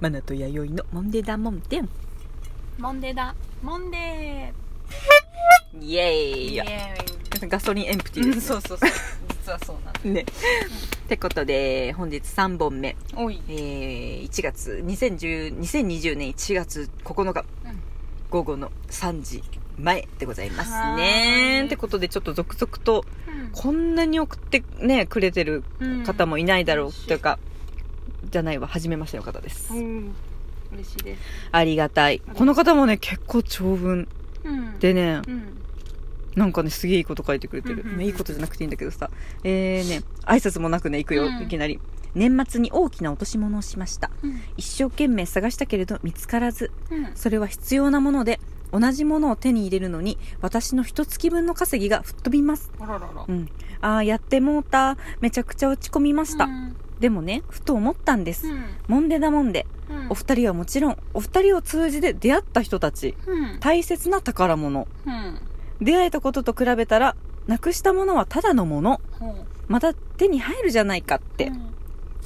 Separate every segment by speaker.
Speaker 1: マナと弥生のモンデダモンテン
Speaker 2: モンデーだモンデ
Speaker 1: イエー
Speaker 2: ー
Speaker 1: イ
Speaker 2: イエ
Speaker 1: ガソリンエンプティ
Speaker 2: ー
Speaker 1: ー
Speaker 2: イ
Speaker 1: です、
Speaker 2: そうそうそう実はそうなの
Speaker 1: ねってことで本日3本目、
Speaker 2: おい
Speaker 1: えー、1月2010 2020年1月9日
Speaker 2: うん
Speaker 1: 午後の3時前でございます
Speaker 2: はー
Speaker 1: ね
Speaker 2: い
Speaker 1: ってことでちょっと続々とこんなに送ってねくれてる
Speaker 2: うん
Speaker 1: 方もいないだろうというか、じゃないわ初めましての方です、
Speaker 2: うん嬉しいです
Speaker 1: ありがたいこの方もね結構長文
Speaker 2: うん
Speaker 1: でね、
Speaker 2: うん
Speaker 1: なんかね、すげえいいこと書いてくれてる。
Speaker 2: うんうんうん
Speaker 1: いいことじゃなくていいんだけどさ。えーね、挨拶もなくね、行くよ、
Speaker 2: うん
Speaker 1: いきなり。年末に大きな落とし物をしました。
Speaker 2: うん
Speaker 1: 一生懸命探したけれど見つからず、
Speaker 2: うん
Speaker 1: それは必要なもので、同じものを手に入れるのに、私の一月分の稼ぎが吹っ飛びます。
Speaker 2: あららら
Speaker 1: うん。ああ、やってもうた。めちゃくちゃ落ち込みました。
Speaker 2: うん
Speaker 1: でもね、ふと思ったんです。
Speaker 2: うん
Speaker 1: もんでだもんで、
Speaker 2: うん
Speaker 1: お二人はもちろん、お二人を通じて出会った人たち、
Speaker 2: うん
Speaker 1: 大切な宝物。
Speaker 2: うん
Speaker 1: 出会えたことと比べたらなくしたものはただのもの
Speaker 2: ほう
Speaker 1: また手に入るじゃないかって、
Speaker 2: うん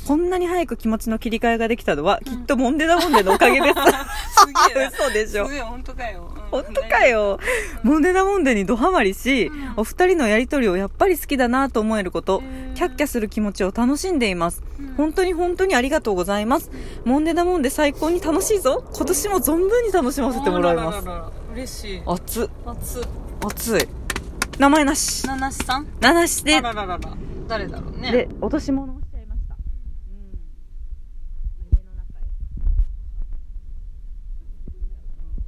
Speaker 1: こんなに早く気持ちの切り替えができたのは、
Speaker 2: うん
Speaker 1: きっとモンデダモンデのおか げです
Speaker 2: すげえな
Speaker 1: 嘘でし
Speaker 2: す
Speaker 1: ょ
Speaker 2: ごい本当かようん
Speaker 1: 本当かよ、モンデダモンデにドハマりし、
Speaker 2: うん
Speaker 1: お二人のやりとりをやっぱり好きだなと思えること、
Speaker 2: うん
Speaker 1: キャッキャする気持ちを楽しんでいます
Speaker 2: うん
Speaker 1: 本当に本当にありがとうございますモンデダモンデ最高に楽しいぞ今年も存分に楽しませてもらいます
Speaker 2: あらららら嬉しい
Speaker 1: 熱っ
Speaker 2: あつ
Speaker 1: 熱い名前なし
Speaker 2: ななしさん
Speaker 1: 名なしで
Speaker 2: あらららら誰だろうね
Speaker 1: で落とし物をしちゃいました、うん、夢の中へ、うん、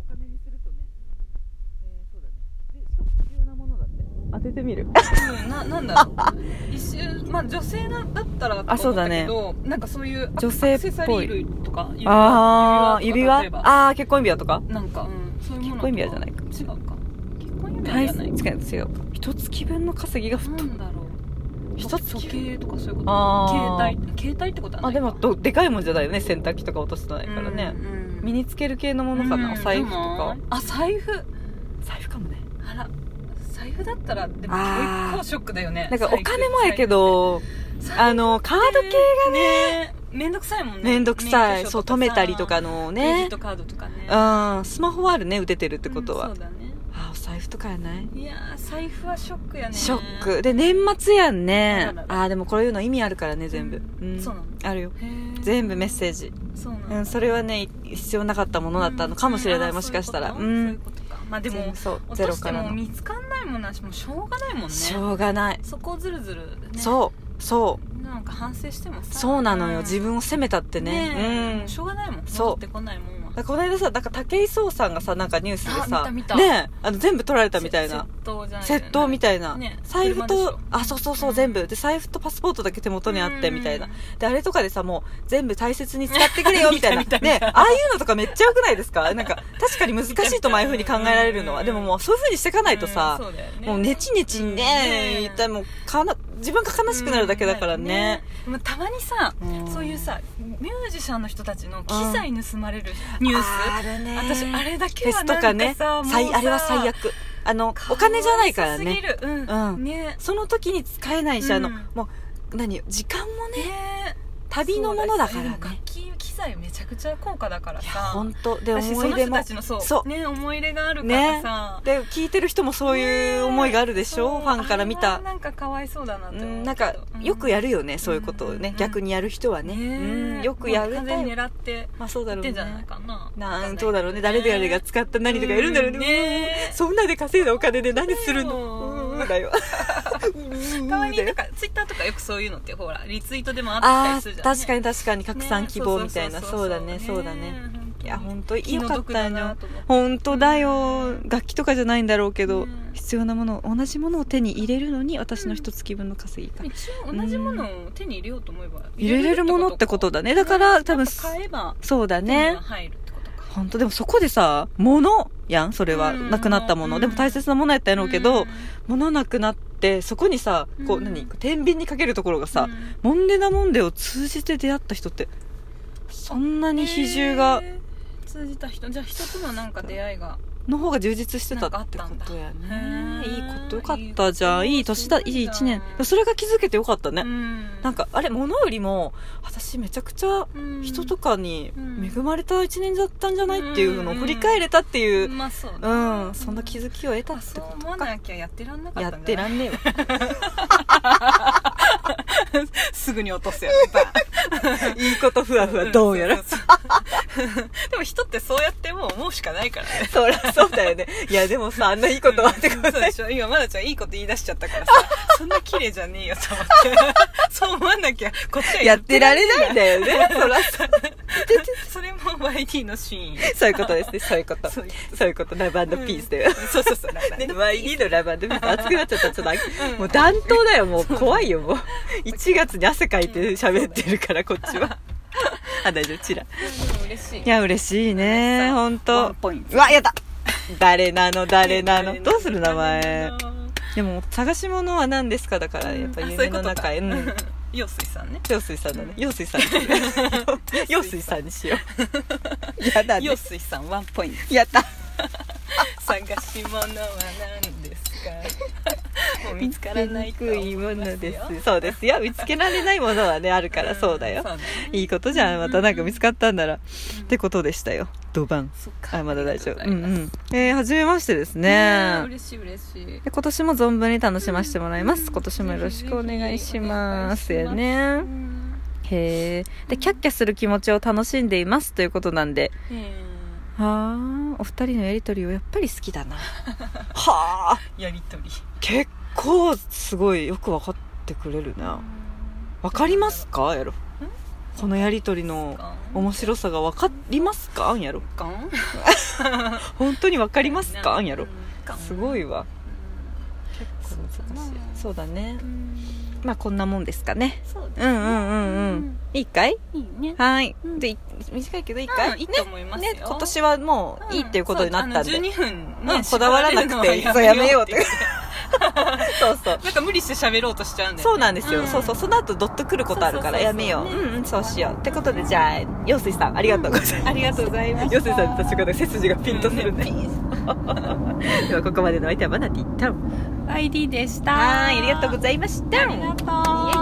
Speaker 1: お金にするとね、えー、そうだねでしかも必要なものだって当ててみる
Speaker 2: うんななんだろ う一瞬まあ女性なだったらと思った
Speaker 1: あそうだね
Speaker 2: けどなんかそういう
Speaker 1: 女性っぽい
Speaker 2: アクセサリー類とか指輪
Speaker 1: ああ
Speaker 2: 指
Speaker 1: 指
Speaker 2: 輪
Speaker 1: 輪
Speaker 2: とか例えば
Speaker 1: ああー結婚指輪とか
Speaker 2: なんか、うん、そういうも
Speaker 1: 結
Speaker 2: のとか
Speaker 1: 婚指輪じゃないか
Speaker 2: 違うか結婚指輪
Speaker 1: 大
Speaker 2: じゃない
Speaker 1: 切つか違うか一月分の稼ぎが
Speaker 2: な
Speaker 1: 太っ
Speaker 2: んだろう
Speaker 1: 一つ
Speaker 2: 時計とかそういうこと
Speaker 1: あー
Speaker 2: 携帯携帯ってことはな
Speaker 1: あ
Speaker 2: い
Speaker 1: でもどでかいもんじゃないよね洗濯機とか落としてない
Speaker 2: だ
Speaker 1: からね、
Speaker 2: うん
Speaker 1: 身につける系のものかな、
Speaker 2: うん
Speaker 1: お財布とか
Speaker 2: でもあ財布
Speaker 1: 財布かもね
Speaker 2: あら財布だったらでも
Speaker 1: あー
Speaker 2: 結構ショックだよね
Speaker 1: なんかお金もやけどあのカード系
Speaker 2: がねめんどくさいもんね
Speaker 1: めんどくさい
Speaker 2: 免許証
Speaker 1: そう
Speaker 2: とかさ
Speaker 1: 止めたりとかの
Speaker 2: クレジ
Speaker 1: ね
Speaker 2: ットカードとかね
Speaker 1: うんスマホはあるね打ててるってことは、
Speaker 2: うんそうだね
Speaker 1: あお財布とかやない、
Speaker 2: いやー財布はショックやね
Speaker 1: ショックで年末やんね
Speaker 2: あらら
Speaker 1: あーでもこういうの意味あるからね全部、
Speaker 2: う
Speaker 1: うんん
Speaker 2: そうなの
Speaker 1: あるよ
Speaker 2: へー
Speaker 1: 全部メッセージ、
Speaker 2: そうなん
Speaker 1: う
Speaker 2: だ
Speaker 1: ん、それはね必要なかったものだったのかもしれない、
Speaker 2: うん
Speaker 1: もしかしたら
Speaker 2: あー
Speaker 1: う
Speaker 2: そういうんことそういうことかまあで
Speaker 1: 全
Speaker 2: も
Speaker 1: 部そう
Speaker 2: 落
Speaker 1: ゼ
Speaker 2: と
Speaker 1: ロ
Speaker 2: し
Speaker 1: か
Speaker 2: て
Speaker 1: ら
Speaker 2: も
Speaker 1: の、
Speaker 2: 見つかんないもんなしもうしょうがないもんね
Speaker 1: しょうがない、
Speaker 2: そこをずるずるね
Speaker 1: そうそう
Speaker 2: うなんか反省してもさ
Speaker 1: そうなのよ、
Speaker 2: ん
Speaker 1: 自分を責めたってね
Speaker 2: ねえ
Speaker 1: うん
Speaker 2: しょうがないもん
Speaker 1: そう
Speaker 2: 戻ってこないもんは
Speaker 1: だからこの間さなんか武井壮さんがさなんかニュースでさ
Speaker 2: あ見た見た
Speaker 1: ねえあの全部取られたみたいな
Speaker 2: 窃盗じゃない
Speaker 1: 窃盗みたいな、
Speaker 2: ね
Speaker 1: 財布
Speaker 2: 車でしょ
Speaker 1: とあそうそうそう、
Speaker 2: うん
Speaker 1: 全部で財布とパスポートだけ手元にあってみたいな、
Speaker 2: うん
Speaker 1: であれとかでさもう全部大切に使ってくれ よみたいな
Speaker 2: 見た見た見
Speaker 1: ね
Speaker 2: た
Speaker 1: ああいうのとかめっちゃ良くないですかなん か確かに難しいとまああいうふうに考えられるのは
Speaker 2: うん
Speaker 1: でももうそういうふうにしていかないとさ、
Speaker 2: んそうだよね
Speaker 1: もうネチネチね
Speaker 2: うん
Speaker 1: 言ったらもうかな自分が悲しくなるだけだからね,、
Speaker 2: うんねまあたまにさ
Speaker 1: うん
Speaker 2: そういうさミュージシャンの人たちの機材盗まれるニュース
Speaker 1: あるね
Speaker 2: 私あれだけ
Speaker 1: フェ
Speaker 2: は
Speaker 1: スと
Speaker 2: なん
Speaker 1: か
Speaker 2: か
Speaker 1: ね
Speaker 2: さもうさ
Speaker 1: 最あれは最悪あのお金じゃないからね
Speaker 2: かわいそうすぎるうん、
Speaker 1: うん
Speaker 2: ね
Speaker 1: その時に使えないし、あの
Speaker 2: うん
Speaker 1: もう何時間もね
Speaker 2: ね
Speaker 1: 旅のものだから
Speaker 2: そうだし
Speaker 1: ね
Speaker 2: 楽器機材めちゃくちゃ高価だから
Speaker 1: いや
Speaker 2: さ
Speaker 1: 本当で
Speaker 2: 私
Speaker 1: 思い出
Speaker 2: その人
Speaker 1: も
Speaker 2: たちのそう
Speaker 1: そう
Speaker 2: ね思い入れがあるか
Speaker 1: ね
Speaker 2: らさ、
Speaker 1: で聞いてる人もそういう思いがあるでしょ、
Speaker 2: ね
Speaker 1: ファンから見
Speaker 2: あ
Speaker 1: た
Speaker 2: れはなんかかわいそうだなと
Speaker 1: う
Speaker 2: 思うけど
Speaker 1: んなんかよくやるよね、そういうことを
Speaker 2: うん
Speaker 1: ね、
Speaker 2: うん
Speaker 1: 逆にやる人はねうんよくやる
Speaker 2: もう完全に狙って
Speaker 1: まあそうだ
Speaker 2: や
Speaker 1: ろう
Speaker 2: って
Speaker 1: ね
Speaker 2: んじゃないかな
Speaker 1: なんそうだろうね誰々が使った何とかやるんだろうね,、
Speaker 2: うんね
Speaker 1: そんなで稼いだお金で何するの
Speaker 2: そう
Speaker 1: うんだようん
Speaker 2: たまに
Speaker 1: だ
Speaker 2: な
Speaker 1: よ
Speaker 2: んかツイッターとかよくそういうのってほらリツイートでもあった
Speaker 1: あ
Speaker 2: り
Speaker 1: あ
Speaker 2: するじゃん、ね、
Speaker 1: 確かに確かに拡散希望みたいな、
Speaker 2: ね
Speaker 1: そうだねそうだねいや本当に
Speaker 2: 気
Speaker 1: よ
Speaker 2: の
Speaker 1: かっ
Speaker 2: 毒
Speaker 1: た
Speaker 2: だ
Speaker 1: よ
Speaker 2: なと思って
Speaker 1: 本当だよ、
Speaker 2: うん
Speaker 1: 楽器とかじゃないんだろうけど、
Speaker 2: うん
Speaker 1: 必要なものを同じものを手に入れるのに私の一月分の稼ぎか、
Speaker 2: 一応同じものを手に入れようと思えば
Speaker 1: 入れれるものってことだねだから多分
Speaker 2: 買えば
Speaker 1: そうだ
Speaker 2: 手に
Speaker 1: ね
Speaker 2: は入るってことか
Speaker 1: 本当でもそこでさ物やんそれは、
Speaker 2: うん
Speaker 1: なくなったもの、
Speaker 2: うん
Speaker 1: でも大切なものやったんやろうけど、
Speaker 2: ん
Speaker 1: 物なくなってそこにさこう、
Speaker 2: うん
Speaker 1: 何天秤にかけるところがさ、
Speaker 2: うん
Speaker 1: モンデナモンデを通じて出会った人ってそんなに比重が、
Speaker 2: えー通じた人じゃあ人とのなんか出会いが
Speaker 1: の方が充実してた
Speaker 2: なんかあ
Speaker 1: っ
Speaker 2: ってたんだ
Speaker 1: ことやね
Speaker 2: へ
Speaker 1: いい
Speaker 2: ー
Speaker 1: ことよかったじゃん
Speaker 2: いい
Speaker 1: いい年だい
Speaker 2: すご
Speaker 1: い
Speaker 2: いじゃん
Speaker 1: 1年それが気づけてよかったね、
Speaker 2: うん
Speaker 1: なんかあれ物よりも私めちゃくちゃ
Speaker 2: うん
Speaker 1: 人とかに
Speaker 2: うん
Speaker 1: 恵まれた1年だったんじゃないっていうのを振り返れたっていう
Speaker 2: まあそう
Speaker 1: う
Speaker 2: だ
Speaker 1: ん、そんな気づきを得た
Speaker 2: まあ
Speaker 1: って
Speaker 2: そう
Speaker 1: こと
Speaker 2: 思わ
Speaker 1: か
Speaker 2: なきゃやってらんなか
Speaker 1: や
Speaker 2: っ
Speaker 1: った
Speaker 2: ん
Speaker 1: て
Speaker 2: じゃ
Speaker 1: ら
Speaker 2: ない
Speaker 1: んねえわ
Speaker 2: すぐに落と すよ
Speaker 1: いいことふわふわどうやら
Speaker 2: ん でも人ってそうやってもう思うしかないからね
Speaker 1: そりゃそうだよねいやでもさあんないい ことはってこと
Speaker 2: そう
Speaker 1: な
Speaker 2: で
Speaker 1: い
Speaker 2: しょ今まだちゃんいいこと言い出しちゃっ たからさそんな綺麗じゃねえよと思って そう思わなきゃこっちは
Speaker 1: やってられないんだよねそりゃそう
Speaker 2: それも YT のシー ン
Speaker 1: そういうことですねそういうこと
Speaker 2: そういう
Speaker 1: そういうことラブピースだよ、
Speaker 2: そうそうそう
Speaker 1: ね、YD のラバーで 熱くなっちゃったちょっと
Speaker 2: うん
Speaker 1: もう暖冬だよもう怖いよもう1月に汗かいて喋ってる からこっちはあ大丈夫チラ
Speaker 2: 嬉しい
Speaker 1: いや嬉しいね本当。
Speaker 2: ワンポイント
Speaker 1: うわやだ誰な の誰なのどうする名前でも探し物は何ですかだからやっぱ夢の中へう
Speaker 2: うんん 陽水さんね
Speaker 1: 陽水さんだね 陽水さん陽水さんにしよう やだね
Speaker 2: 陽水さんワンポイント
Speaker 1: やった
Speaker 2: 探し物は何ですかもう見つからないと
Speaker 1: 見つけ
Speaker 2: 思
Speaker 1: にくいものです
Speaker 2: よ
Speaker 1: そうですよ見つけられないものはねあるからそうだよ、
Speaker 2: んそうね
Speaker 1: いいことじゃんまたなんか見つかったんなら、ってことでしたよドバン
Speaker 2: そっか
Speaker 1: あまだ大丈夫
Speaker 2: あ
Speaker 1: う
Speaker 2: りがと
Speaker 1: ん
Speaker 2: う
Speaker 1: う
Speaker 2: ございます
Speaker 1: んえー、初めましてですね
Speaker 2: え嬉しい嬉しい
Speaker 1: で今年も存分に楽しませてもらいます、
Speaker 2: うん
Speaker 1: 今年もよろしくお願いします
Speaker 2: ぜひぜひ
Speaker 1: や
Speaker 2: お願い
Speaker 1: ね
Speaker 2: しうん
Speaker 1: へえでキャッキャする気持ちを楽しんでいますということなんで
Speaker 2: うん
Speaker 1: ああお二人のやりとりをやっぱり好き だなはあ
Speaker 2: やりとり
Speaker 1: 結構すごいよく分かってくれるな分かりますかやろこのやりとりの面白さが分かりますかんやろ
Speaker 2: かん
Speaker 1: 本当に分かりますかんやろすごい
Speaker 2: わ
Speaker 1: わ
Speaker 2: 結構難しい
Speaker 1: そうだね
Speaker 2: うん
Speaker 1: まあこんなもんですかね
Speaker 2: そう
Speaker 1: う
Speaker 2: だ
Speaker 1: んうんうんうん、いいかい
Speaker 2: いいね
Speaker 1: はーい、
Speaker 2: うん
Speaker 1: でい短いけどいいかい、
Speaker 2: うんいいと思いますよ
Speaker 1: ねね今年はもういいっていうことになったんで、
Speaker 2: うんそうあの12分ね
Speaker 1: うんこだわらなくていい
Speaker 2: 縛
Speaker 1: そう
Speaker 2: れるの
Speaker 1: や
Speaker 2: は
Speaker 1: めようってそうそう
Speaker 2: なんか無理して喋ろうとしちゃうんだよね
Speaker 1: そうなんですよ、
Speaker 2: ん
Speaker 1: そうそうその後ドッとくることあるから
Speaker 2: そう
Speaker 1: や
Speaker 2: そうそう
Speaker 1: めよう
Speaker 2: ね
Speaker 1: うんうんそうしようってことでじゃあ陽水さんありがとうございます、
Speaker 2: ありがとうございました
Speaker 1: ヨセさんと違う背筋がピンとするね
Speaker 2: う。
Speaker 1: ではここまでのお相手はマナティタウン。
Speaker 2: ID でした
Speaker 1: はい、ありがとうご
Speaker 2: い
Speaker 1: ざいました。
Speaker 2: ありがとう